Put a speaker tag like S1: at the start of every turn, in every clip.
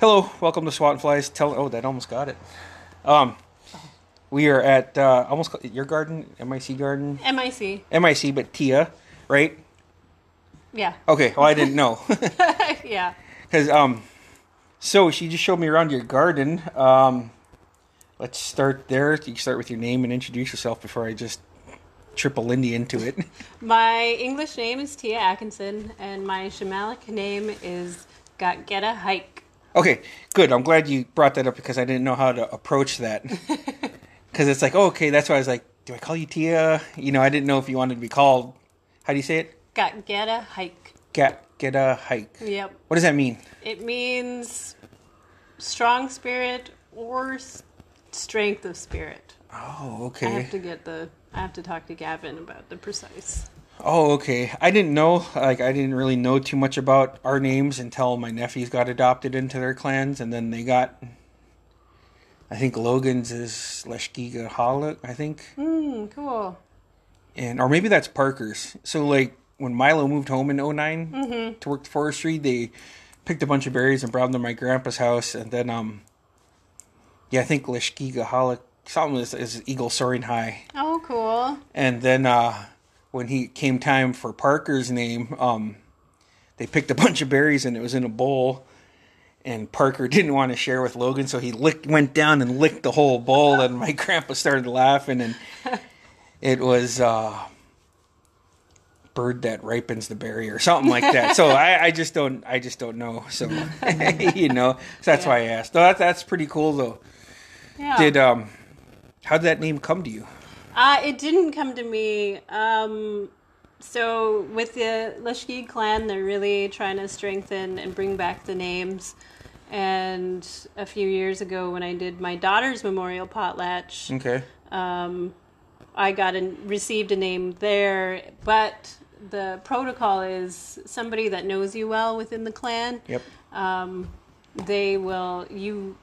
S1: Hello, welcome to Swat and Flies. Tell oh, that almost got it. Um, we are at uh, almost ca- your garden, MIC garden,
S2: MIC.
S1: MIC, but Tia, right?
S2: Yeah.
S1: Okay, well I didn't know
S2: yeah.
S1: because um, so she just showed me around your garden. Um, let's start there. You can start with your name and introduce yourself before I just triple Lindy into it.
S2: My English name is Tia Atkinson, and my Shamalic name is Gotgeta Hike.
S1: Okay, good. I'm glad you brought that up because I didn't know how to approach that. Because it's like, oh, okay, that's why I was like, do I call you Tia? You know, I didn't know if you wanted to be called. How do you say it?
S2: Gotgeta Hike.
S1: Get get a hike.
S2: Yep.
S1: What does that mean?
S2: It means strong spirit or s- strength of spirit.
S1: Oh,
S2: I have
S1: okay.
S2: to get the. I have to talk to Gavin about the precise.
S1: Oh, okay. I didn't know. Like, I didn't really know too much about our names until my nephews got adopted into their clans, and then they got. I think Logan's is Leshkiga Halak, I think.
S2: Hmm. Cool.
S1: and or maybe that's Parker's. So like when Milo moved home in 9 to work the forestry, they picked a bunch of berries and brought them to my grandpa's house, and then um, yeah, I think Lishkigahalik something is, is eagle soaring high,
S2: Oh, cool.
S1: and then uh, when he came time for Parker's name, um, they picked a bunch of berries and it was in a bowl. And Parker didn't want to share with Logan, so he licked, went down and licked the whole bowl. And my grandpa started laughing, and it was uh, bird that ripens the berry or something like that. so I, I just don't, I just don't know. So you know, so that's why I asked. No, that, that's pretty cool though.
S2: Yeah.
S1: Did um, how did that name come to you?
S2: Uh, it didn't come to me. Um, so with the Lashkid clan, they're really trying to strengthen and bring back the names. And a few years ago, when I did my daughter's memorial potlatch,
S1: Okay.
S2: I got a, received a name there. But the protocol is somebody that knows you well within the clan
S1: Yep.
S2: they will you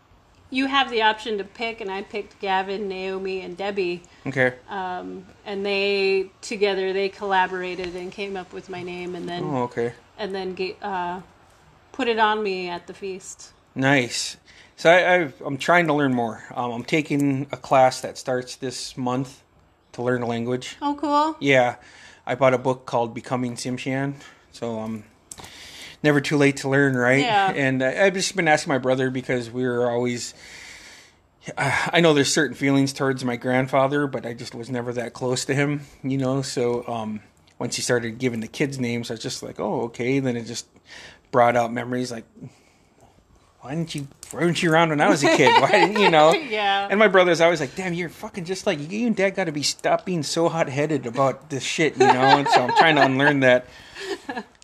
S2: you have the option to pick and i picked gavin naomi and debbie
S1: Okay.
S2: um, and they together they collaborated and came up with my name and then
S1: Oh, okay.
S2: and then ga- uh, put it on me at the feast
S1: Nice. So I, I've, I'm trying to learn more. Um, I'm taking a class that starts this month to learn a language.
S2: oh cool
S1: Yeah, I bought a book called Becoming Simshan. So um, never too late to learn, right?
S2: Yeah.
S1: And I, I've just been asking my brother because we were always. uh, I I know there's certain feelings towards my grandfather, but I just was never that close to him, you know. So um, once he started giving the kids names, I was just like, oh, okay. Then it just brought out memories like, why didn't you? Why weren't you around when I was a kid? Why didn't you know?
S2: Yeah.
S1: And my brother's always like, "Damn, you're fucking just like you and Dad. Got to be stop being so hot headed about this shit, you know." And so I'm trying to unlearn that.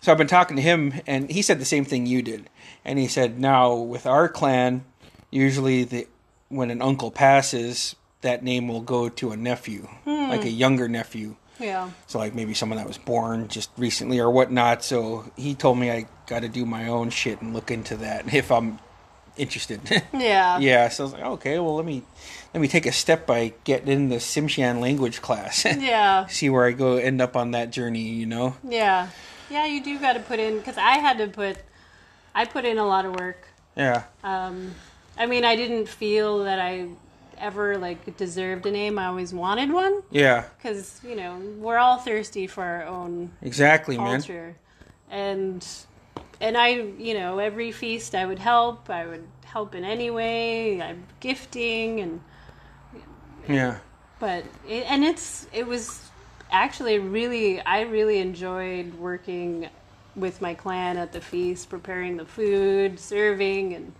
S1: So I've been talking to him, and he said the same thing you did. And he said, now with our clan, usually the when an uncle passes, that name will go to a nephew, like a younger nephew.
S2: yeah
S1: So like maybe someone that was born just recently or whatnot. So he told me I got to do my own shit and look into that if I'm interested.
S2: yeah
S1: yeah. So I was like, okay, well let me let me take a step by getting in the Simshan language class.
S2: yeah
S1: See where I go end up on that journey, you know?
S2: yeah yeah you do got to put in because i had to put i put in a lot of work
S1: Yeah.
S2: um, i mean i didn't feel that i ever like deserved a name i always wanted one
S1: Yeah.
S2: because you know we're all thirsty for our own
S1: Exactly, man.
S2: culture and and i you know every feast i would help i would help in any way i'm gifting and
S1: Yeah.
S2: but it, and it's it was actually really i really enjoyed working with my clan at the feast preparing the food serving and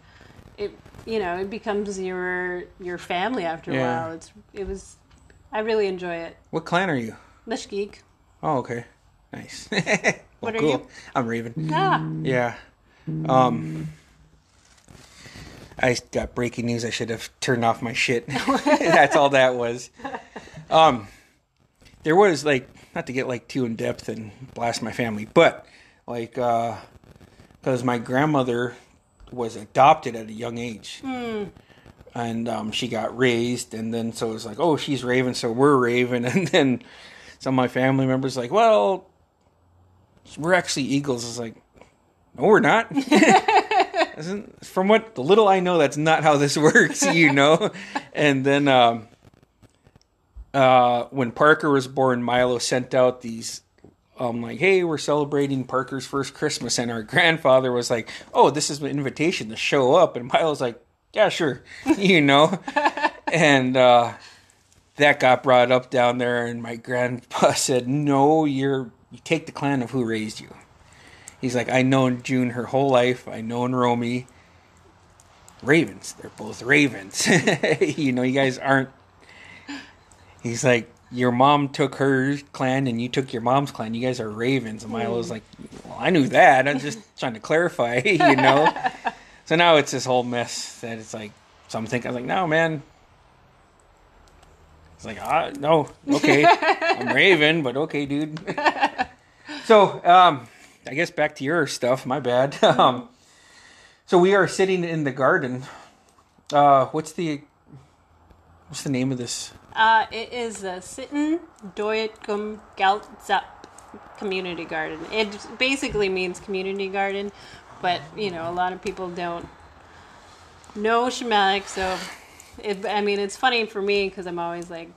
S2: it you know it becomes your your family after a
S1: Yeah.
S2: while it's it was i really enjoy it
S1: What clan are you?
S2: Lish geek
S1: Oh, okay. Nice. Well,
S2: What are you?
S1: I'm Raven.
S2: ah
S1: Yeah. Um I got breaking news. I should have turned off my shit. That's all that was. Um, there was like not to get like too in depth and blast my family, but like because my grandmother was adopted at a young age, and um, she got raised, and then so it was like, oh, she's Raven, so we're Raven, and then some of my family members like, well, we're actually Eagles. It's like, no, we're not. Isn't- from what the little I know, that's not how this works, you know. and then um, uh, when Parker was born, Milo sent out these. Um, like, hey, we're celebrating Parker's first Christmas, and our grandfather was like, "Oh, this is an invitation to show up." And Milo's like, "Yeah, sure," you know, and uh, that got brought up down there, and my grandpa said, "No, you're you take the clan of who raised you." He's like, I known June her whole life. I known Romy. Ravens. They're both ravens. you know, you guys aren't. He's like, your mom took her clan and you took your mom's clan. You guys are ravens. And Milo's like, well, I knew that. I'm just trying to clarify, you know? so now it's this whole mess that it's like, so I'm thinking, I was like, no, man. It's like, ah, no, okay. I'm Raven, but okay, dude. so, um, I guess back to your stuff. My bad. Um, so we are sitting in the garden. Uh, what's the what's the name of this?
S2: Uh, it is the Sitten Deutgum Galtzap Community Garden. It basically means community garden, but you know, a lot of people don't know Shematic, so it, I mean, it's funny for me because I'm always like,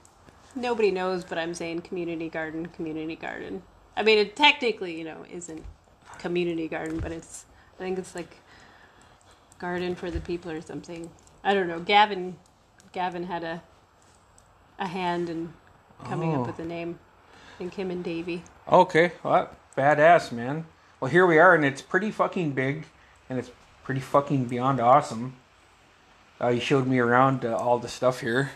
S2: nobody knows, but I'm saying community garden, community garden. I mean, it technically, you know, isn't community garden, but it's, I think it's like garden for the people or something. I don't know. Gavin, Gavin had a a hand in coming
S1: Oh.
S2: up with the name. I think him and Davy.
S1: Okay, well, badass man. Well, here we are, and it's pretty fucking big, and it's pretty fucking beyond awesome. Uh, you showed me around uh, all the stuff here,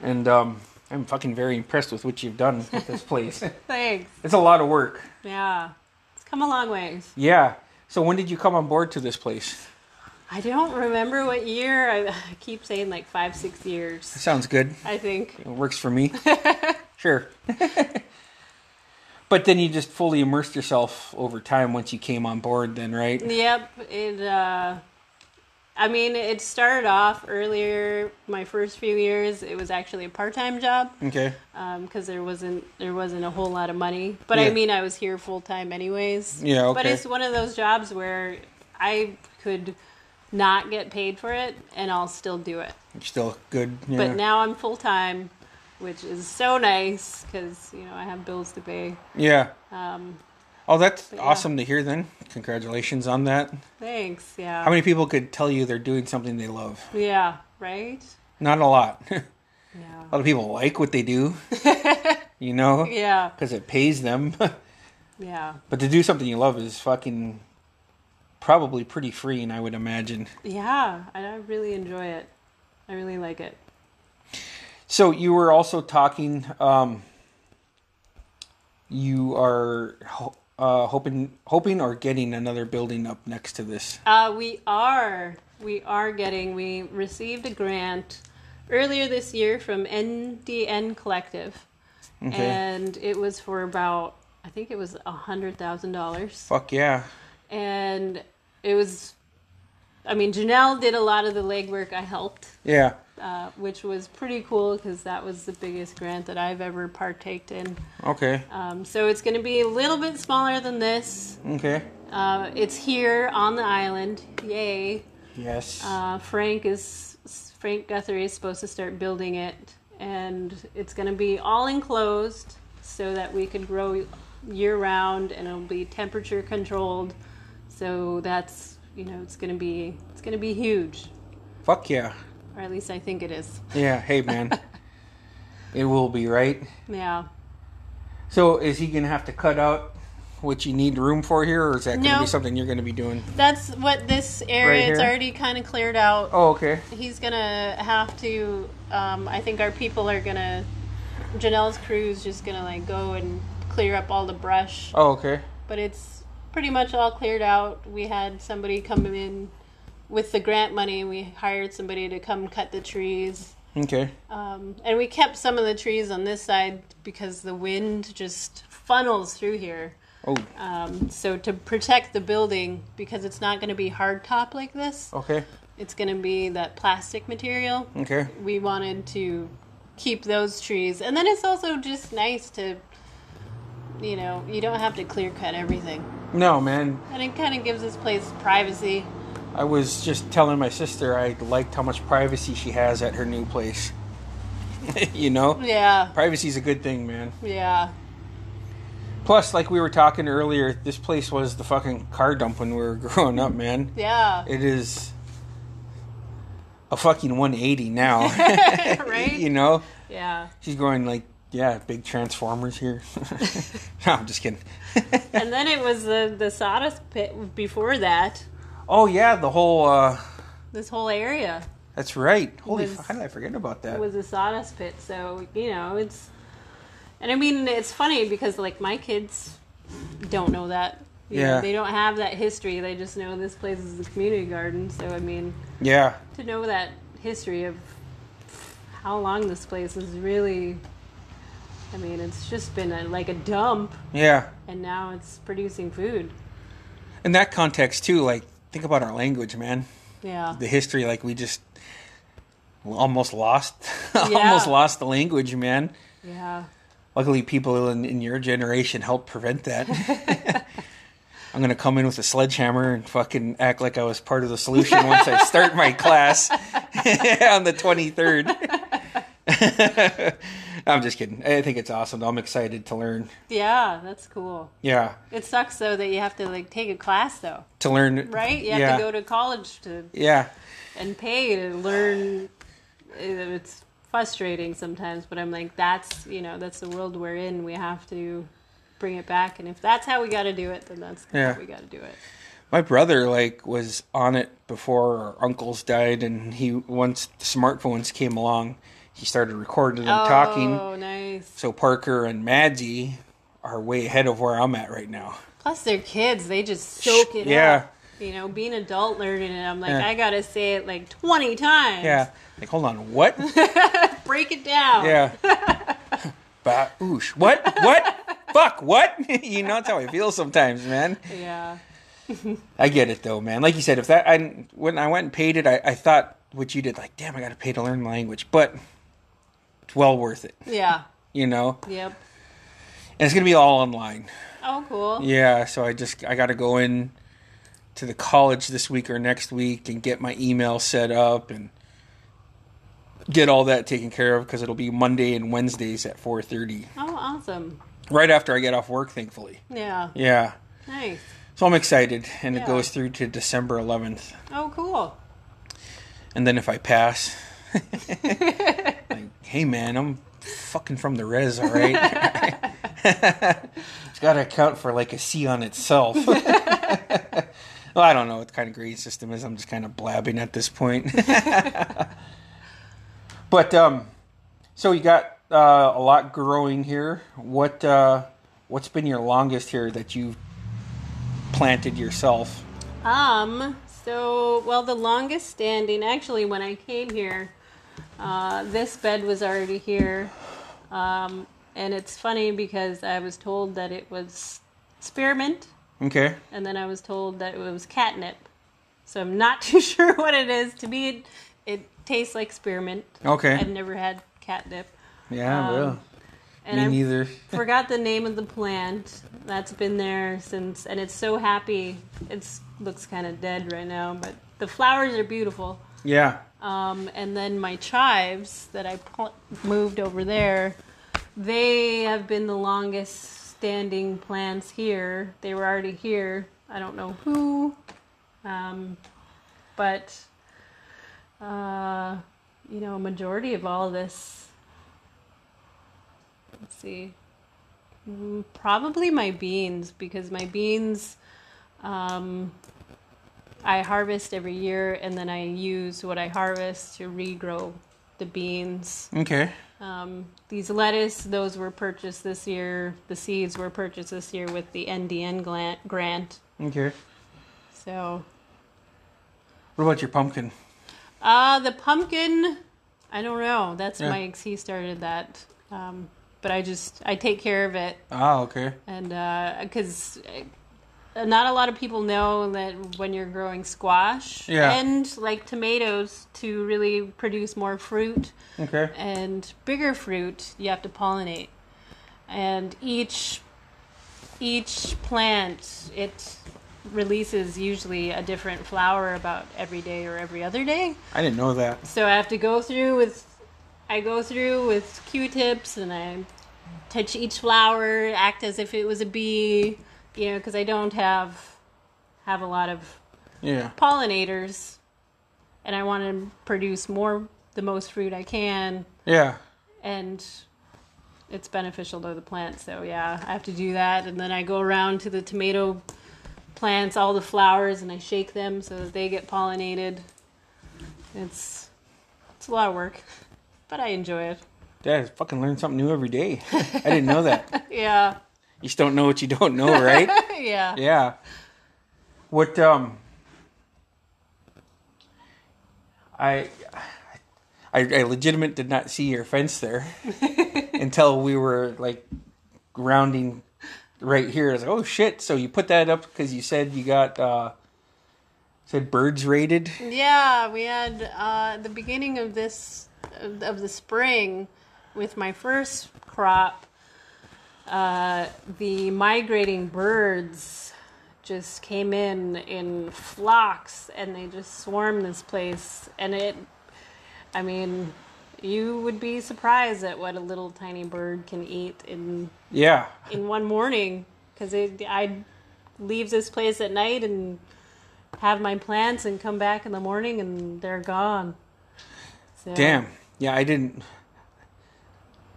S1: and um, I'm fucking very impressed with what you've done with this place.
S2: Thanks.
S1: it's a lot of work.
S2: Yeah. It's come a long ways.
S1: Yeah. So when did you come on board to this place?
S2: I don't remember what year. I, I keep saying like five, six years.
S1: Sounds good.
S2: I think.
S1: It works for me. sure. but then you just fully immersed yourself over time once you came on board, then, right?
S2: Yep. It. Uh, I mean, it started off earlier. My first few years, it was actually a part-time job.
S1: Okay.
S2: because there wasn't there wasn't a whole lot of money. But I
S1: Yeah.
S2: mean, I was here full time anyways.
S1: Yeah,
S2: But
S1: okay.
S2: it's one of those jobs where I could not get paid for it, and I'll still do it.
S1: You're still good. Yeah.
S2: But now I'm full time, which is so nice because you know I have bills to pay.
S1: yeah.
S2: Um,
S1: Oh, that's
S2: yeah.
S1: awesome to hear then. Congratulations on that.
S2: thanks. Yeah.
S1: How many people could tell you they're doing something they love?
S2: yeah. Right.
S1: Not a lot. a
S2: Yeah.
S1: lot of people like what they do, you know,
S2: Yeah.
S1: because it pays them. but
S2: Yeah.
S1: to do something you love is fucking probably pretty freeing, I would imagine.
S2: Yeah. I, I really enjoy it. I really like it.
S1: So you were also talking. Um, you are ho- uh, hoping, hoping, or getting another building up next to this.
S2: Uh, we are. We are getting. We received a grant earlier this year from NDN Collective,
S1: Okay.
S2: and it was for about I think it was a hundred thousand dollars,
S1: Fuck yeah!
S2: and it was. I mean, Janelle did a lot of the legwork. I helped,
S1: Yeah.
S2: uh, which was pretty cool because that was the biggest grant that I've ever partaked in.
S1: Okay.
S2: Um, so it's going to be a little bit smaller than this.
S1: Okay.
S2: Uh, it's here on the island. Yay!
S1: Yes.
S2: Uh, Frank is Frank Guthrie is supposed to start building it, and it's going to be all enclosed so that we could grow year round, and it'll be temperature controlled. So that's you know it's going to be it's going to be huge,
S1: Fuck yeah!
S2: or at least I think it is.
S1: Yeah. Hey man, it will be right.
S2: Yeah.
S1: So is he gonna have to cut out what you need room for here, or is that gonna
S2: No.
S1: be something you're gonna be doing?
S2: That's what this area
S1: Right
S2: it's
S1: here?
S2: already kind of cleared out.
S1: Oh, okay.
S2: He's gonna have to. Um, I think our people are gonna. Janelle's crew's just gonna like go and clear up all the brush
S1: Oh, okay.
S2: but it's pretty much all cleared out. We had somebody come in with the grant money, we hired somebody to come cut the trees.
S1: Okay.
S2: Um, and we kept some of the trees on this side because the wind just funnels through here.
S1: Oh,
S2: Um, so to protect the building, because it's not going to be hard top like this,
S1: okay.
S2: it's going to be that plastic material.
S1: Okay.
S2: We wanted to keep those trees, and then it's also just nice to, you know, you don't have to clear cut everything,
S1: No, man.
S2: and it kind of gives this place privacy.
S1: I was just telling my sister I liked how much privacy she has at her new place. you know?
S2: Yeah,
S1: Privacy's a good thing, man.
S2: yeah,
S1: Plus, like we were talking earlier, this place was the fucking car dump when we were growing up, man.
S2: yeah.
S1: It is a fucking 180 now.
S2: Right?
S1: You know?
S2: Yeah.
S1: She's going like, yeah, big transformers here. no, I'm just kidding.
S2: And then it was the the sawdust pit before that.
S1: oh yeah, the whole. uh
S2: This whole area
S1: That's right. Holy
S2: Was-
S1: fuck! How did I forget about that?
S2: was a sawdust pit, so you know it's. And I mean, it's funny because like my kids don't know that. You know,
S1: Yeah.
S2: they don't have that history. They just know this place is a community garden. So I mean,
S1: yeah,
S2: to know that history of how long this place is really. I mean, it's just been a, like a dump,
S1: yeah.
S2: and now it's producing food.
S1: In that context too, like think about our language, man.
S2: Yeah.
S1: The history, like we just almost lost,
S2: Yeah.
S1: almost lost the language, man.
S2: Yeah.
S1: Luckily, people in, in your generation helped prevent that. I'm gonna come in with a sledgehammer and fucking act like I was part of the solution once I start my class on the 23rd. I'm just kidding. I think it's awesome. I'm excited to learn.
S2: Yeah, that's cool.
S1: Yeah,
S2: It sucks though that you have to like take a class though,
S1: to learn.
S2: right? You have
S1: yeah.
S2: to go to college to
S1: Yeah,
S2: and pay to learn. It's frustrating sometimes, but I'm like, that's you know, that's the world we're in. We have to bring it back, and if that's how we got to do it, then that's
S1: Yeah.
S2: how we got to do it.
S1: my brother like was on it before our uncles died, and he once the smartphones came along, he started recording them talking.
S2: Oh, nice.
S1: So Parker and Madsy are way ahead of where I'm at right now.
S2: Plus, they're kids; they just soak it
S1: Yeah.
S2: up. You know, being adult learning it, I'm like,
S1: Yeah.
S2: I gotta say it like 20 times.
S1: Yeah. Like, hold on, what?
S2: Break it down.
S1: Yeah. Baoosh. What? What? Fuck, what? you know, that's how I feel sometimes, man.
S2: Yeah.
S1: I get it though, man. Like you said, if that I when I went and paid it, I, I thought what you did, like, damn, I gotta pay to learn the language. But it's well worth it,
S2: Yeah.
S1: you know?
S2: Yep.
S1: And it's gonna be all online.
S2: Oh, cool.
S1: Yeah, so I just I got to go in to the college this week or next week and get my email set up and get all that taken care of because it'll be Monday and Wednesdays at 4:30
S2: Oh, awesome.
S1: right after I get off work thankfully.
S2: Yeah.
S1: Yeah.
S2: Nice.
S1: So I'm excited and
S2: Yeah.
S1: it goes through to December 11th
S2: Oh, cool.
S1: and then if I pass like hey man, I'm fucking from the res, all right? it's got to account for like a C on itself. well, I don't know what kind of grade system is. I'm just kind of blabbing at this point. but um so you got uh, a lot growing here. What uh what's been your longest here that you've planted yourself?
S2: Um, so, well, the longest standing, actually, when I came here, uh, this bed was already here. Um, and it's funny because I was told that it was spearmint,
S1: Okay.
S2: and then I was told that it was catnip. So I'm not too sure what it is. To me, it, it tastes like spearmint.
S1: Okay.
S2: I've never had catnip.
S1: yeah, well.
S2: And
S1: Me
S2: I'm-
S1: neither.
S2: forgot the name of the plant that's been there since and it's so happy it's looks kind of dead right now but the flowers are beautiful
S1: Yeah.
S2: um, and then my chives that i pl- moved over there they have been the longest standing plants here they were already here i don't know who um, but uh, you know a majority of all this let's see Mm, probably my beans because my beans um, i harvest every year and then i use what i harvest to regrow the beans
S1: Okay.
S2: um, these lettuce those were purchased this year the seeds were purchased this year with the ndn grant grant
S1: Okay.
S2: so
S1: What about your pumpkin?
S2: Uh, the pumpkin, I don't know. That's
S1: Yeah.
S2: Mike's. He started that. Um, but I just, I take care of it.
S1: Oh, okay.
S2: And because not a lot of people know that when you're growing squash
S1: Yeah.
S2: and like tomatoes to really produce more fruit
S1: Okay.
S2: and bigger fruit, you have to pollinate. And each each plant it releases usually a different flower about every day or every other day.
S1: I didn't know that.
S2: So I have to go through with I go through with Q-tips and I touch each flower, act as if it was a bee, you know, because I don't have have a lot of
S1: Yeah.
S2: pollinators, and I want to produce more the most fruit I can,
S1: Yeah.
S2: and it's beneficial to the plant. So yeah, I have to do that, and then I go around to the tomato plants, all the flowers, and I shake them so that they get pollinated. It's it's a lot of work, but I enjoy it.
S1: Dad, I fucking learn something new every day. I didn't know that.
S2: Yeah,
S1: You just don't know what you don't know, right?
S2: yeah.
S1: Yeah. What um I I I legitimate did not see your fence there until we were like rounding right here. I was like, "Oh shit, so you put that up cuz you said you got uh said birds raided?"
S2: Yeah, we had uh, the beginning of this of of the spring with my first crop. Uh, the migrating birds just came in in flocks, and they just swarmed this place. And it, I mean, you would be surprised at what a little tiny bird can eat in
S1: Yeah.
S2: in one morning because I'd leave this place at night and have my plants and come back in the morning and they're gone. So,
S1: Damn. Yeah, I didn't.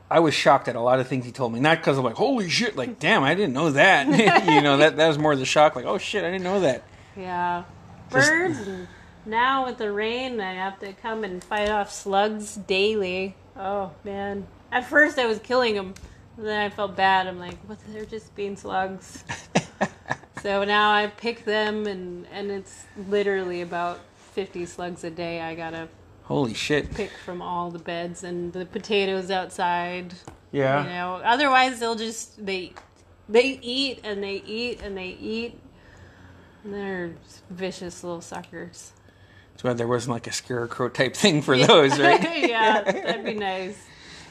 S1: I was shocked at a lot of things he told me. Not because I'm like, holy shit, like, damn, I didn't know that. you know, that that was more the shock, like, oh shit, I didn't know that.
S2: Yeah.
S1: Just-
S2: Birds. and now with the rain, I have to come and fight off slugs daily. Oh, man. At first, I was killing them. Then I felt bad. I'm like, what? They're just being slugs. so now I pick them, and, and it's literally about 50 slugs a day I gotta
S1: Holy shit.
S2: pick from all the beds and the potatoes outside. You
S1: Yeah.
S2: know, otherwise they'll just they they eat and they eat and they eat. And they're vicious little suckers.
S1: So there wasn't like a scarecrow type thing for those, right?
S2: yeah, that'd be nice.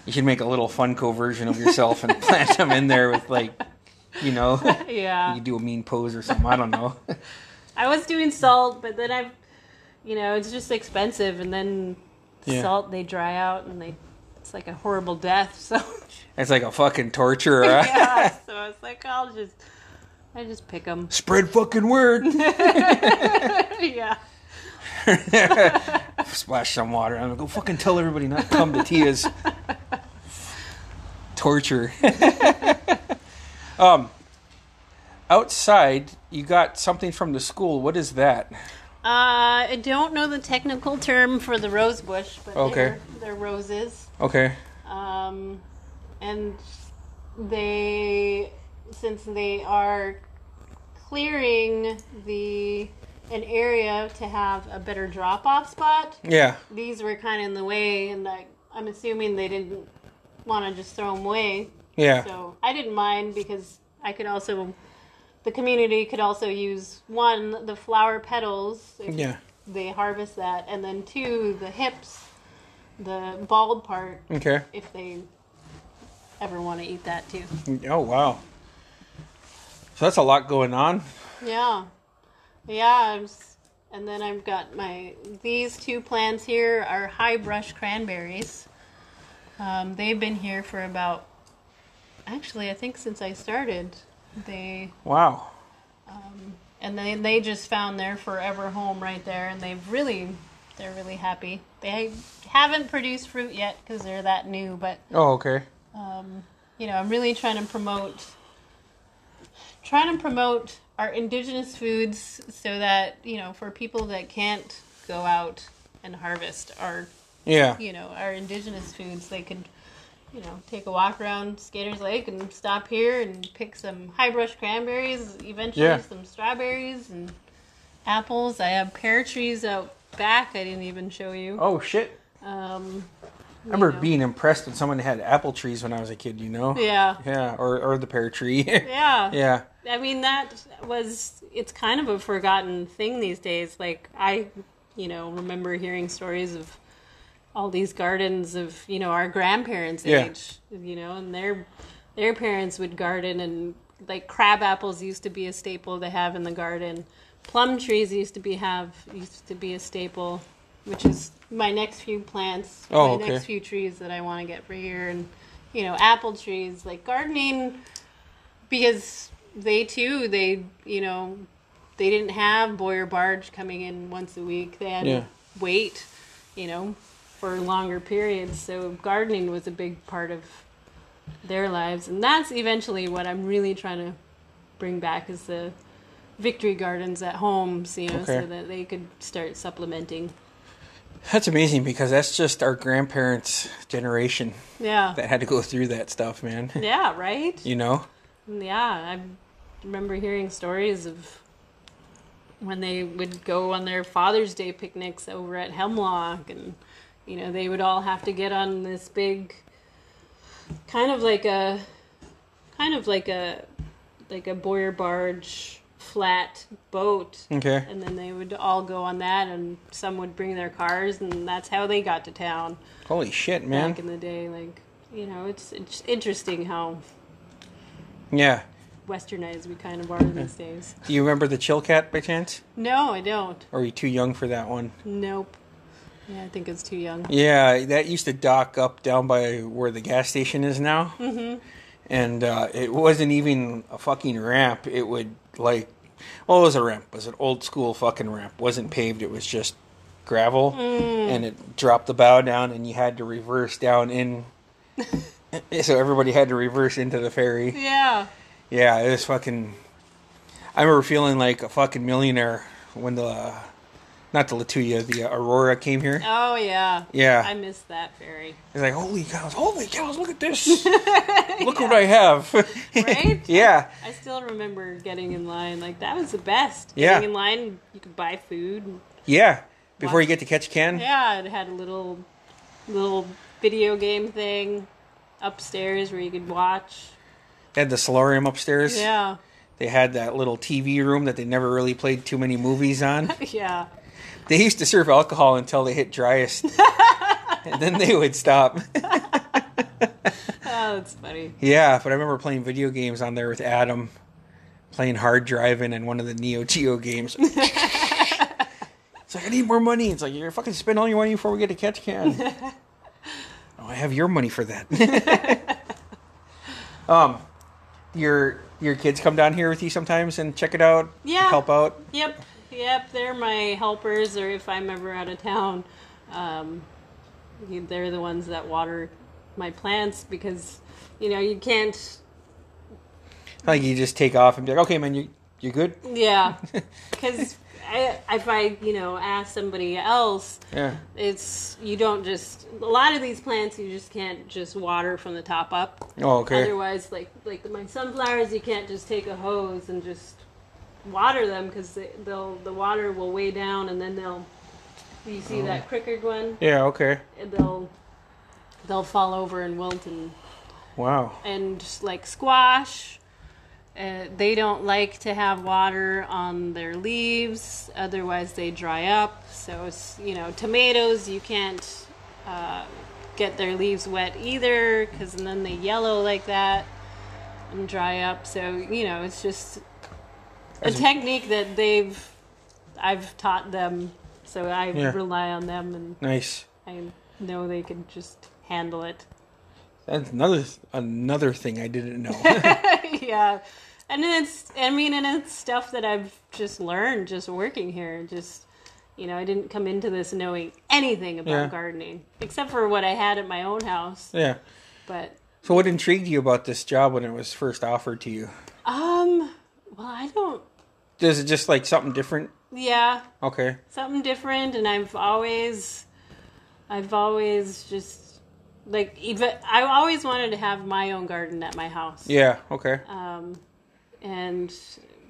S1: you should make a little Funko version of yourself and plant them in there with like, you know,
S2: Yeah,
S1: you do a mean pose or something. I don't know.
S2: I was doing salt, but then I've, you know, it's just expensive, and then
S1: Yeah.
S2: salt they dry out and they it's like a horrible death. So
S1: it's like a fucking torture. huh?
S2: yeah, so I was like, I'll just I just pick them.
S1: Spread fucking word.
S2: yeah.
S1: splash some water on it. Go fucking tell everybody not to come to Tia's. Torture. um, outside, you got something from the school. What is that?
S2: Uh, I don't know the technical term for the rose bush, but
S1: Okay.
S2: they're, they're roses.
S1: Okay.
S2: Um, and they, since they are clearing the an area to have a better drop off spot,
S1: Yeah.
S2: these were kind of in the way, and I, I'm assuming they didn't want to just throw them away.
S1: Yeah.
S2: So I didn't mind because I could also, the community could also use one, the flower petals. if
S1: Yeah.
S2: they harvest that, and then two, the hips, the bald part,
S1: Okay.
S2: if they ever want to eat that too.
S1: Oh wow. So that's a lot going on.
S2: Yeah, yeah. I'm s- and then I've got my these two plants here are high brush cranberries. Um, they've been here for about actually I think since I started. They
S1: Wow.
S2: and they they just found their forever home right there, and they've really they're really happy. They haven't produced fruit yet because they're that new, but
S1: Oh okay.
S2: um, you know I'm really trying to promote trying to promote our indigenous foods so that you know for people that can't go out and harvest our
S1: Yeah.
S2: you know our indigenous foods they could you know take a walk around skaters lake and stop here and pick some high brush cranberries eventually
S1: Yeah.
S2: some strawberries and apples i have pear trees out back I didn't even show you.
S1: Oh shit!
S2: Um,
S1: I remember
S2: know.
S1: being impressed when someone had apple trees when I was a kid. You know?
S2: yeah.
S1: Yeah, or or the pear tree.
S2: Yeah.
S1: yeah.
S2: I mean, that was, it's kind of a forgotten thing these days. Like, I, you know, remember hearing stories of all these gardens of, you know, our grandparents'
S1: Yeah.
S2: age, you know, and their, their parents would garden and like crab apples used to be a staple to have in the garden. Plum trees used to be have, used to be a staple, which is my next few plants,
S1: Oh,
S2: my
S1: okay.
S2: next few trees that I want to get for here. And, you know, apple trees, like gardening because they too they you know they didn't have Boyer Barge coming in once a week. They had
S1: Yeah.
S2: to wait, you know, for longer periods. So gardening was a big part of their lives, and that's eventually what I'm really trying to bring back is the victory gardens at homes, you know,
S1: Okay.
S2: so that they could start supplementing.
S1: That's amazing because that's just our grandparents' generation
S2: Yeah,
S1: that had to go through that stuff, man.
S2: yeah, right.
S1: You know?
S2: Yeah, I remember hearing stories of when they would go on their Father's Day picnics over at Hemlock, and you know they would all have to get on this big, kind of like a, kind of like a, like a Boyer barge flat boat,
S1: Okay.
S2: and then they would all go on that, and some would bring their cars, and that's how they got to town
S1: Holy shit,
S2: back
S1: man.
S2: in the day. Like you know, it's it's interesting how
S1: Yeah.
S2: westernized we kind of are these days.
S1: Do you remember the Chill Cat by chance?
S2: No, I don't.
S1: Or are you too young for that one?
S2: Nope. Yeah, I think it's too young.
S1: Yeah, that used to dock up down by where the gas station is now. Mm-hmm. And uh, it wasn't even a fucking ramp. It would, like, well, it was a ramp. It was an old school fucking ramp. wasn't paved, it was just gravel.
S2: Mm.
S1: And it dropped the bow down, and you had to reverse down in. so everybody had to reverse into the ferry.
S2: Yeah.
S1: Yeah, it was fucking. I remember feeling like a fucking millionaire when the. Uh, not the Latuya, the uh, Aurora came here.
S2: Oh yeah.
S1: Yeah.
S2: I miss that ferry.
S1: It's like, holy cows, holy cows, look at this. look what I have.
S2: Right?
S1: yeah.
S2: I still remember getting in line. Like that was the best.
S1: Yeah.
S2: Getting in line, you could buy food.
S1: Yeah. Before
S2: Wow.
S1: you get to catch a can.
S2: Yeah, it had a little little video game thing upstairs where you could watch.
S1: They had the solarium upstairs.
S2: Yeah.
S1: They had that little TV room that they never really played too many movies on.
S2: Yeah.
S1: they used to serve alcohol until they hit driest. and then they would stop.
S2: Oh, that's funny.
S1: yeah, but I remember playing video games on there with Adam, playing hard driving and one of the Neo Geo games. it's like, I need more money. It's like, you're fucking spend all your money before we get a catch can. oh, I have your money for that. um, your your kids come down here with you sometimes and check it out.
S2: Yeah.
S1: Help out.
S2: Yep, yep, they're my helpers, or if I'm ever out of town, um, they're the ones that water my plants because, you know, you can't.
S1: Like you just take off and be like, okay, man, you you good?
S2: Yeah, because if I, you know, ask somebody else,
S1: Yeah.
S2: it's you don't just a lot of these plants you just can't just water from the top up.
S1: Oh, okay.
S2: Otherwise, like like my sunflowers, you can't just take a hose and just water them because they'll the water will weigh down and then they'll. You see that crickered one?
S1: Yeah. Okay.
S2: They'll they'll fall over and wilt and
S1: Wow.
S2: and just like squash. Uh, they don't like to have water on their leaves, otherwise they dry up. So it's you know tomatoes you can't uh, get their leaves wet either because then they yellow like that and dry up. So you know it's just a
S1: That's-
S2: technique that they've I've taught them, so I
S1: Yeah.
S2: rely on them and
S1: Nice.
S2: I know they can just handle it.
S1: That's another another thing I didn't know.
S2: yeah and then it's i mean and it's stuff that i've just learned just working here just you know i didn't come into this knowing anything about
S1: Yeah.
S2: gardening except for what i had at my own house
S1: yeah.
S2: but
S1: So, what intrigued you about this job when it was first offered to you?
S2: um well i don't
S1: Is it just like something different?
S2: yeah
S1: Okay.
S2: something different and i've always i've always just like even i always wanted to have my own garden at my house
S1: Yeah. Okay.
S2: um and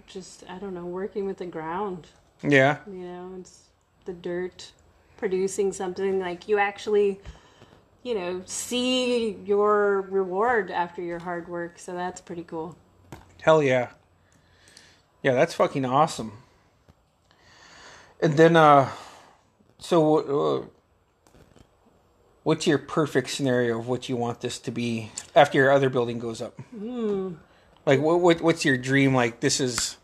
S2: just i don't know working with the ground
S1: Yeah.
S2: you know it's the dirt producing something like you actually you know see your reward after your hard work so that's pretty cool
S1: Hell yeah. Yeah, that's fucking awesome. And then, uh, so uh, what's your perfect scenario of what you want this to be after your other building goes up? Like, what, what what's your dream? Like, this is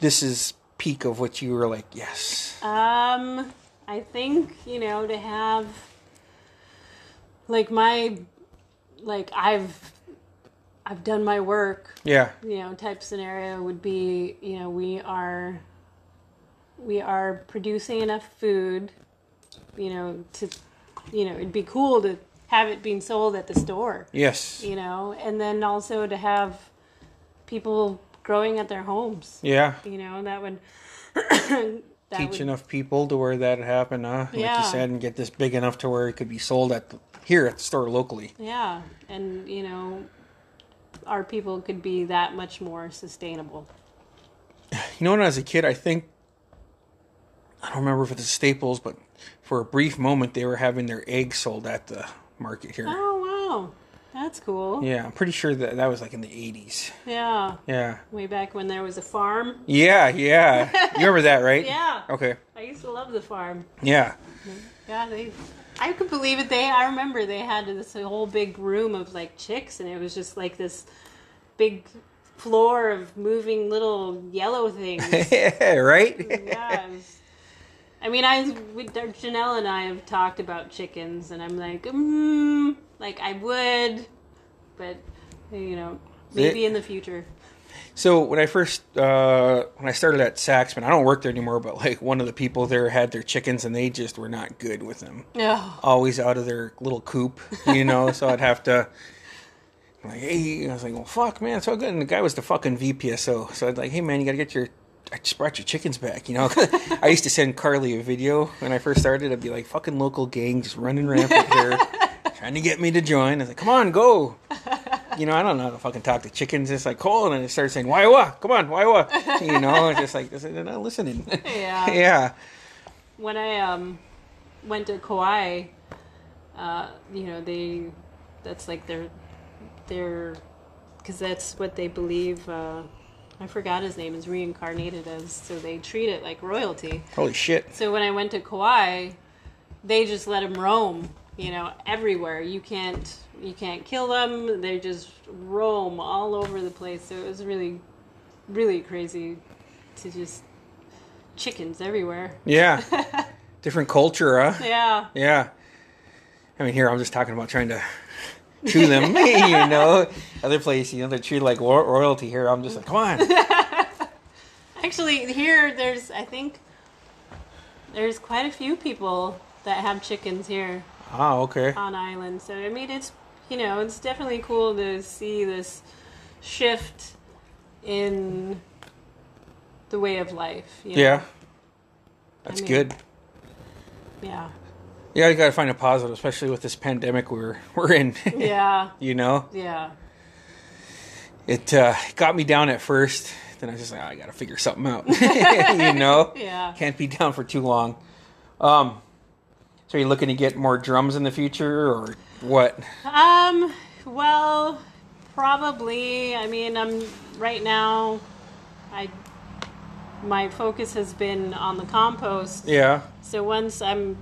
S1: this is peak of what you were like. Yes,
S2: Um, I think you know to have like my like I've I've done my work,
S1: yeah,
S2: you know, type scenario would be you know we are we are producing enough food, you know, to you know it'd be cool to have it being sold at the store,
S1: yes,
S2: you know, and then also to have people growing at their homes,
S1: yeah.
S2: you know, that would. that
S1: Teach enough people to where that happened, huh? Like
S2: Yeah.
S1: you said, and get this big enough to where it could be sold at the, here at the store locally.
S2: Yeah, and you know, our people could be that much more sustainable.
S1: You know, when I was a kid, I think I don't remember if it's Staples, but for a brief moment, they were having their eggs sold at the market here.
S2: Oh wow, that's cool.
S1: Yeah, I'm pretty sure that that was like in the '80s.
S2: Yeah,
S1: Yeah,
S2: way back when there was a farm.
S1: yeah, yeah. you remember that, right?
S2: Yeah,
S1: Okay.
S2: I used to love the farm.
S1: Yeah.
S2: Yeah, they. I could believe it. They, I remember they had this whole big room of like chicks, and it was just like this big floor of moving little yellow things.
S1: right.
S2: yeah. it was- I mean, I with Janelle and I have talked about chickens, and I'm like, mm, like I would, but you know, maybe
S1: It-
S2: in the future.
S1: So when I first uh, when I started at Saxman, I don't work there anymore, but like one of the people there had their chickens, and they just were not good with them.
S2: No.
S1: always out of their little coop, you know. so I'd have to, like, hey, I was like, well, fuck, man, so good. And the guy was the fucking VPSO, so I'd like, hey, man, you gotta get your, I just brought your chickens back, you know. I used to send Carly a video when I first started. I'd be like, fucking local gang just running rampant here, trying to get me to join. I was like, come on, go. You know, I don't know how to fucking talk to chickens. It's like, cool. And then I started saying, why, wah, come on, why, wah. You know, it's just like, they're not listening.
S2: Yeah.
S1: yeah.
S2: When I um went to Kauai, uh, you know, they that's like their their because that's what they believe. Uh, I forgot his name is reincarnated as, so they treat it like royalty.
S1: Holy shit.
S2: So when I went to Kauai, they just let them roam, you know, everywhere. You can't you can't kill them. They just roam all over the place. So it was really really crazy to just chickens everywhere.
S1: Yeah. Different culture, huh?
S2: Yeah.
S1: Yeah. I mean, here I'm just talking about trying to chew them, you know. Other place, you know, they're treated like ro- royalty. Here, I'm just like, come on.
S2: Actually, here there's I think there's quite a few people that have chickens here
S1: Ah, okay.
S2: on island. So I mean, it's you know, it's definitely cool to see this shift in the way of life. you know?
S1: Yeah, that's
S2: mean-
S1: good.
S2: Yeah.
S1: Yeah, you got to find a positive, especially with this pandemic we're we're in.
S2: Yeah.
S1: you know,
S2: Yeah.
S1: it uh, got me down at first. Then I was just like, "Oh, I got to figure something out. you know,
S2: Yeah.
S1: can't be down for too long. Um, so you looking to get more drums in the future, or what?
S2: Um, well, probably. I mean, I'm right now I my focus has been on the compost.
S1: Yeah.
S2: So once I'm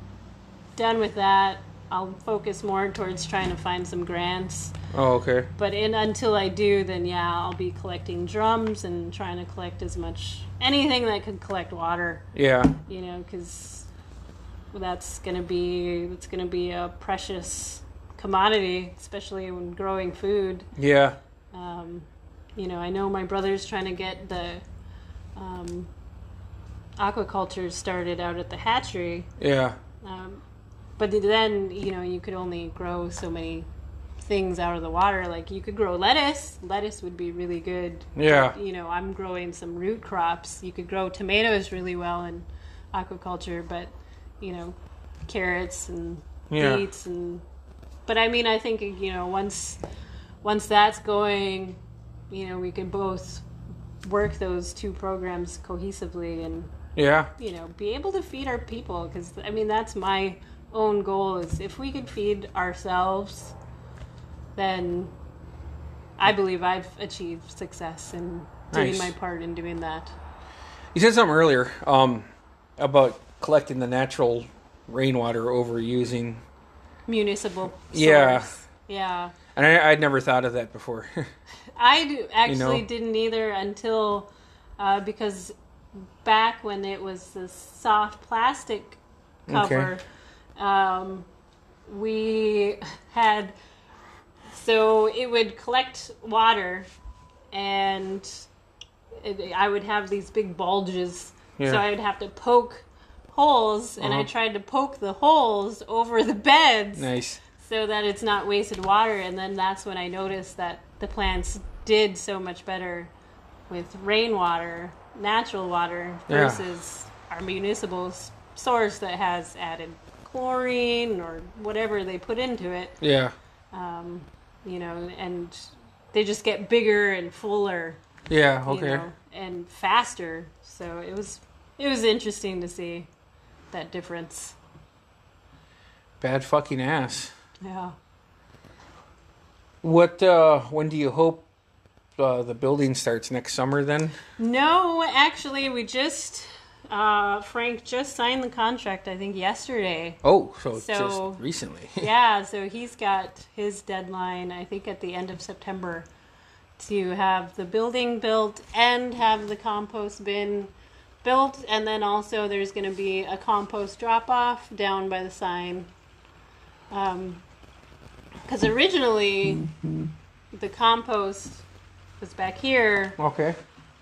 S2: done with that, I'll focus more towards trying to find some grants.
S1: Oh, okay.
S2: But in until I do, then yeah, I'll be collecting drums and trying to collect as much anything that could collect water,
S1: Yeah.
S2: you know, because that's gonna be that's gonna be a precious commodity, especially when growing food.
S1: Yeah.
S2: Um, you know, I know my brother's trying to get the um, aquaculture started out at the hatchery,
S1: Yeah.
S2: um, but then you know you could only grow so many things out of the water. Like you could grow lettuce. Lettuce would be really good.
S1: Yeah.
S2: You know, I'm growing some root crops. You could grow tomatoes really well in aquaculture, but you know, carrots and
S1: Yeah.
S2: beets and. But I mean, I think you know once once that's going, you know, we could both work those two programs cohesively and
S1: Yeah.
S2: you know be able to feed our people because i mean that's my own goal is if we could feed ourselves then i believe i've achieved success in doing
S1: Nice.
S2: my part in doing that
S1: You said something earlier um, about collecting the natural rainwater over using,
S2: municipal
S1: Yeah.
S2: source. yeah
S1: and I, I'd never thought of that before.
S2: I do, actually
S1: know?
S2: didn't either until uh, because back when it was the soft plastic cover, um, we had so it would collect water and it, I would have these big bulges, so
S1: Yeah.
S2: I would have to poke holes, and I
S1: Uh-huh.
S2: tried to poke the holes over the beds
S1: nice.
S2: so that it's not wasted water and then that's when i noticed that the plants did so much better with rainwater natural water
S1: Yeah.
S2: versus our municipal s- source that has added chlorine or whatever they put into it
S1: Yeah.
S2: um, you know and they just get bigger and fuller
S1: Yeah.
S2: you
S1: Okay.
S2: know and faster so it was it was interesting to see that difference
S1: Bad fucking ass.
S2: yeah
S1: What? Uh, when do you hope uh, the building starts next summer? Then.
S2: No, actually, we just uh, Frank just signed the contract. I think yesterday.
S1: Oh, so,
S2: So-
S1: just recently.
S2: Yeah, so he's got his deadline. I think at the end of September to have the building built and have the compost bin built, and then also there's going to be a compost drop off down by the sign. Um, because originally the compost was back here
S1: okay.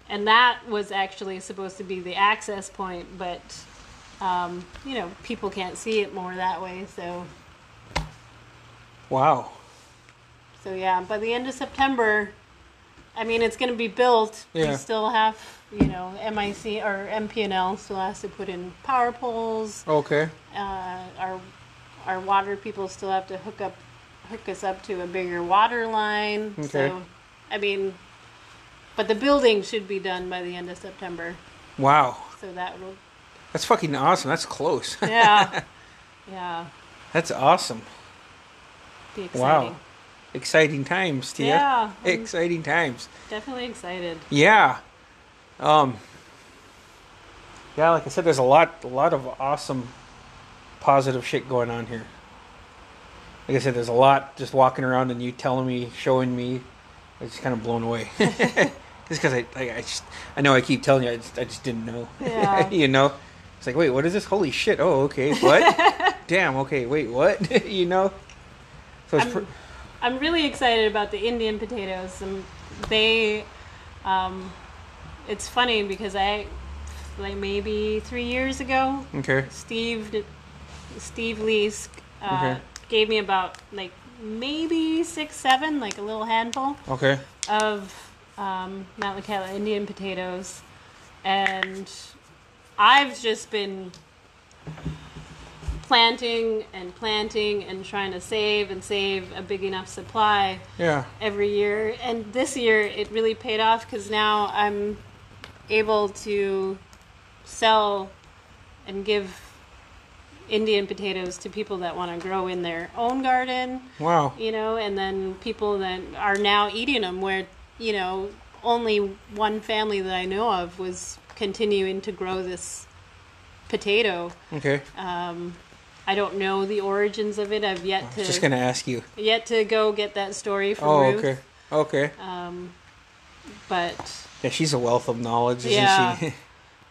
S2: and that was actually supposed to be the access point, but um, you know people can't see it more that way. So,
S1: Wow.
S2: so yeah. By the end of September, I mean it's going to be built.
S1: Yeah.
S2: We still have you know MIC or MPNL still has to put in power poles.
S1: Okay.
S2: Uh, our our water people still have to hook up hook us up to a bigger water line.
S1: Okay.
S2: So, I mean, but the building should be done by the end of September.
S1: Wow.
S2: So that will
S1: That's fucking awesome. That's close.
S2: yeah. Yeah.
S1: That's awesome.
S2: Be exciting.
S1: Wow. Exciting times, Tia.
S2: Yeah, I'm-
S1: Exciting times.
S2: Definitely excited.
S1: Yeah. Um Yeah, like I said, there's a lot a lot of awesome positive shit going on here. Like I said, there's a lot just walking around and you telling me, showing me. I was just kind of blown away. just because I, I, I just, I know I keep telling you, I just, I just didn't know.
S2: Yeah.
S1: you know, it's like, wait, what is this? Holy shit! Oh, okay, what? Damn, okay, wait, what? you know, so it's
S2: I'm-
S1: pr-
S2: I'm really excited about the Indian potatoes. Um, they, um, it's funny because I, like maybe three years ago,
S1: okay.
S2: Steve, d- Steve Leesk, uh,
S1: Okay.
S2: gave me about like maybe six, seven, like a little handful.
S1: Okay.
S2: of um, Mount Lakela Indian potatoes, and I've just been planting and planting and trying to save and save a big enough supply
S1: Yeah.
S2: every year. And this year it really paid off because now I'm able to sell and give Indian potatoes to people that want to grow in their own garden
S1: Wow.
S2: you know, and then people that are now eating them, where you know only one family that I know of was continuing to grow this potato.
S1: Okay.
S2: Um, I don't know the origins of it. I've yet
S1: I was
S2: to
S1: Oh, just gonna ask you.
S2: yet to go get that story from
S1: Oh,
S2: Ruth.
S1: okay. Okay.
S2: Um, but
S1: Yeah, she's a wealth of knowledge, isn't
S2: Yeah.
S1: she?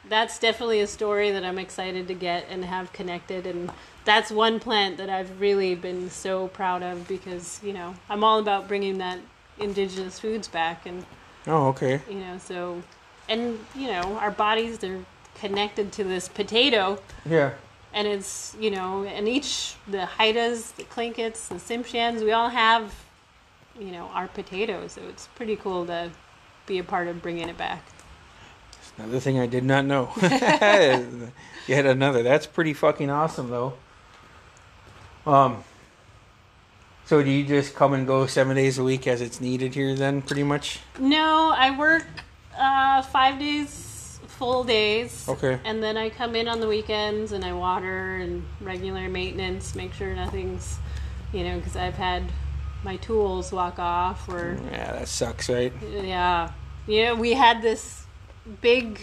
S2: that's definitely a story that I'm excited to get and have connected. And that's one plant that I've really been so proud of because, you know, I'm all about bringing that indigenous foods back. And,
S1: oh, okay.
S2: you know, so, and, you know, our bodies, they're connected to this potato.
S1: Yeah.
S2: And it's, you know, and each, the Haidas, the Clinkets, the Simshans, we all have, you know, our potato. So it's pretty cool to be a part of bringing it back.
S1: It's another thing I did not know. Yet another. That's pretty fucking awesome, though. Um. So do you just come and go seven days a week as it's needed here, then, pretty much?
S2: No, I work uh, five days, full days.
S1: Okay.
S2: And then I come in on the weekends and I water and regular maintenance, make sure nothing's, you know, because I've had my tools walk off or
S1: Yeah, that sucks, right?
S2: yeah, you know, we had this big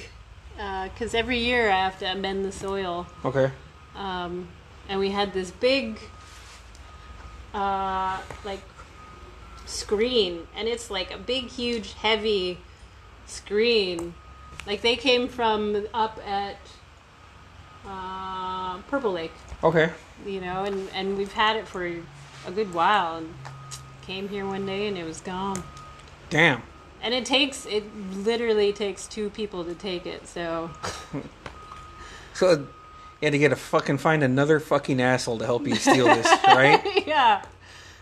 S2: because every year I have to amend the soil
S1: Okay.
S2: um, and we had this big uh, like screen and it's like a big huge heavy screen like they came from up at uh, purple lake
S1: Okay.
S2: you know and, and we've had it for a good while and came here one day and it was gone
S1: Damn.
S2: and it takes it literally takes two people to take it so
S1: So you had to get a fucking find another fucking asshole to help you steal this, right?
S2: yeah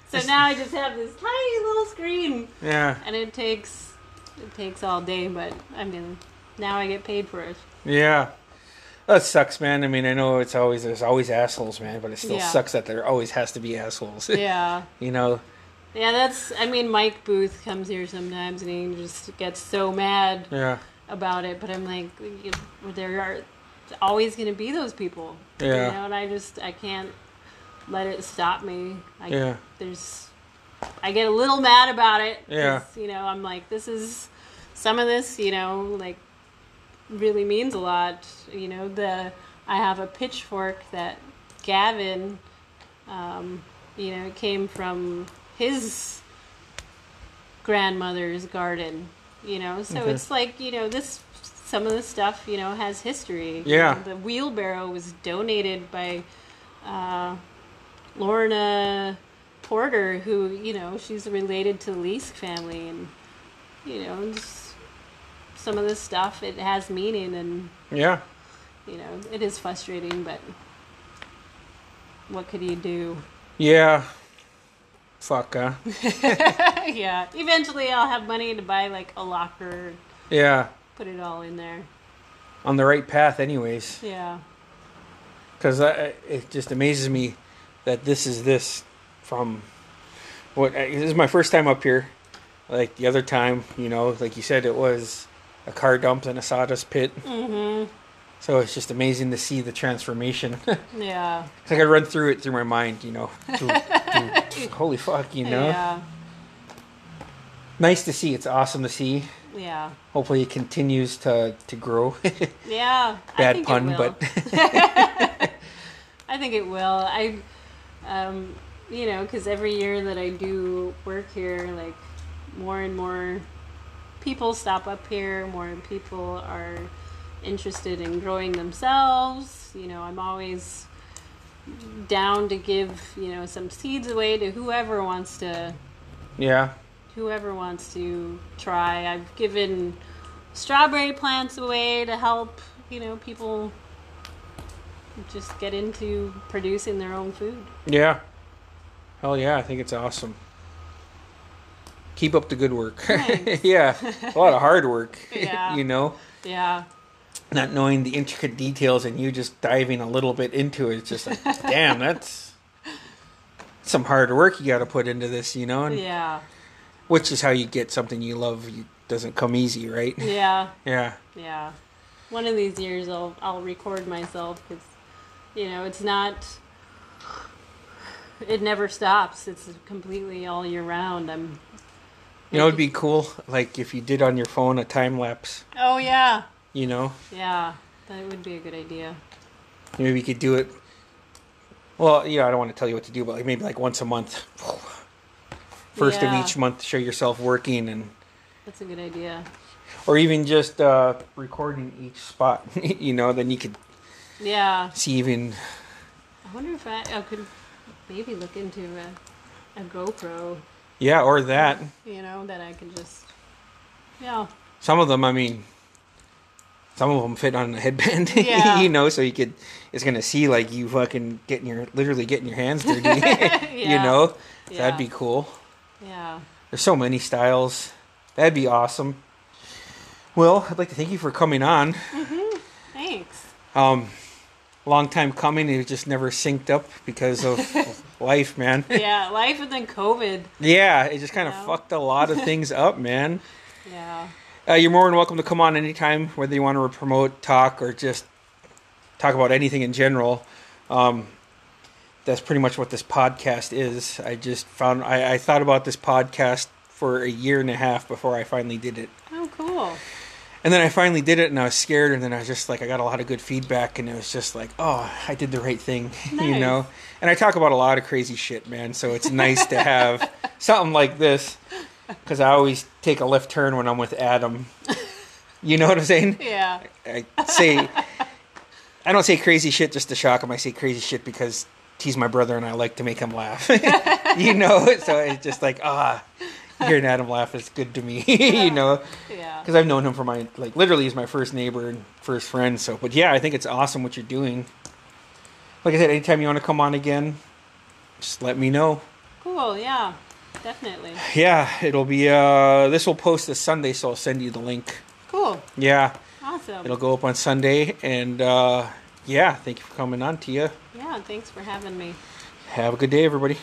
S2: so now i just have this tiny little screen
S1: Yeah.
S2: and it takes it takes all day but i mean now i get paid for it
S1: Yeah. That sucks, man. I mean, I know it's always there's always assholes, man, but it still
S2: Yeah.
S1: sucks that there always has to be assholes.
S2: yeah
S1: you know,
S2: yeah that's i mean mike booth comes here sometimes and he just gets so mad
S1: yeah,
S2: about it but i'm like you- there are always going to be those people
S1: Yeah.
S2: you know and i just i can't let it stop me I,
S1: Yeah.
S2: there's i get a little mad about it 'cause,
S1: Yeah.
S2: you know i'm like this is some of this you know like really means a lot you know the i have a pitchfork that gavin um, you know it came from his grandmother's garden you know so
S1: Okay.
S2: it's like you know this some of the stuff you know has history You
S1: Yeah.
S2: know, the wheelbarrow was donated by uh, lorna porter who you know she's related to the leask family and you know it's- some of this stuff it has meaning and
S1: yeah,
S2: you know it is frustrating but what could you do
S1: yeah. Fuck, huh?
S2: yeah eventually i'll have money to buy like a locker and
S1: yeah,
S2: put it all in there
S1: on the right path, anyways.
S2: yeah
S1: Because it just amazes me that this is this from what I- this is my first time up here. Like the other time, you know, like you said, it was a car dump and a sawdust pit.
S2: hmm
S1: So it's just amazing to see the transformation.
S2: yeah
S1: It's like I run through it through my mind, you know. Doo, doo, Holy fuck, you know.
S2: yeah
S1: Nice to see. It's awesome to see.
S2: yeah
S1: Hopefully, it continues to to grow.
S2: yeah I
S1: Bad
S2: think it
S1: pun,
S2: will.
S1: but
S2: I think it will. I, um, you know, because every year that I do work here, like more and more people stop up here. More people are interested in growing themselves. You know, I'm always down to give you know some seeds away to whoever wants to
S1: yeah,
S2: whoever wants to try. I've given strawberry plants away to help, you know, people just get into producing their own food.
S1: yeah, hell yeah! I think it's awesome. Keep up the good work.
S2: Thanks.
S1: yeah, a lot of hard work.
S2: Yeah.
S1: you know,
S2: Yeah.
S1: not knowing the intricate details and you just diving a little bit into it. It's just like, damn, that's some hard work you got to put into this. You know, and
S2: Yeah.
S1: which is how you get something you love you, doesn't come easy right
S2: Yeah.
S1: yeah
S2: Yeah. One of these years I'll I'll record myself cuz you know, it's not it never stops. It's completely all year round. I'm
S1: you know it'd be cool like if you did on your phone a time lapse
S2: Oh yeah.
S1: you know
S2: Yeah. That would be a good idea.
S1: maybe you could do it well you know i don't want to tell you what to do but like maybe like once a month first
S2: Yeah.
S1: of each month show yourself working and
S2: That's a good idea.
S1: or even just uh, recording each spot you know then you could
S2: Yeah.
S1: see even
S2: I wonder if I, I could maybe look into a, a GoPro,
S1: yeah or that
S2: you know, that I could just, yeah,
S1: some of them i mean some of them fit on a headband
S2: Yeah.
S1: you know so you could it's gonna see like you fucking getting your literally getting your hands dirty
S2: yeah,
S1: you know so
S2: Yeah.
S1: that'd be cool
S2: yeah.
S1: there's so many styles that'd be awesome well i'd like to thank you for coming on
S2: Thanks.
S1: um long time coming it just never synced up because of life man
S2: Yeah, life and then COVID.
S1: yeah it just kind of
S2: Yeah.
S1: fucked a lot of things up man
S2: Yeah,
S1: Uh, you're more than welcome to come on anytime, whether you want to promote, talk, or just talk about anything in general. Um, that's pretty much what this podcast is. I just found I, I thought about this podcast for a year and a half before I finally did it.
S2: Oh, cool.
S1: And then I finally did it, and I was scared, and then I was just like, I got a lot of good feedback, and it was just like, oh, I did the right thing, you
S2: Nice.
S1: know. And I talk about a lot of crazy shit, man. So it's nice to have something like this because I always take a left turn when I'm with Adam. You know what I'm saying?
S2: Yeah.
S1: I say I don't say crazy shit just to shock him. I say crazy shit because he's my brother and I like to make him laugh. you know, so it's just like ah, hearing Adam laugh is good to me. you know,
S2: Yeah.
S1: because I've known him for my like literally he's my first neighbor and first friend. So, but yeah, I think it's awesome what you're doing. Like I said, anytime you want to come on again, just let me know.
S2: Cool. Yeah. Definitely.
S1: Yeah, it'll be uh this will post this Sunday, so I'll send you the link.
S2: Cool.
S1: Yeah.
S2: Awesome.
S1: It'll go up on Sunday, and uh, yeah, thank you for coming on, Tia.
S2: Yeah. Thanks for having me.
S1: Have a good day, everybody.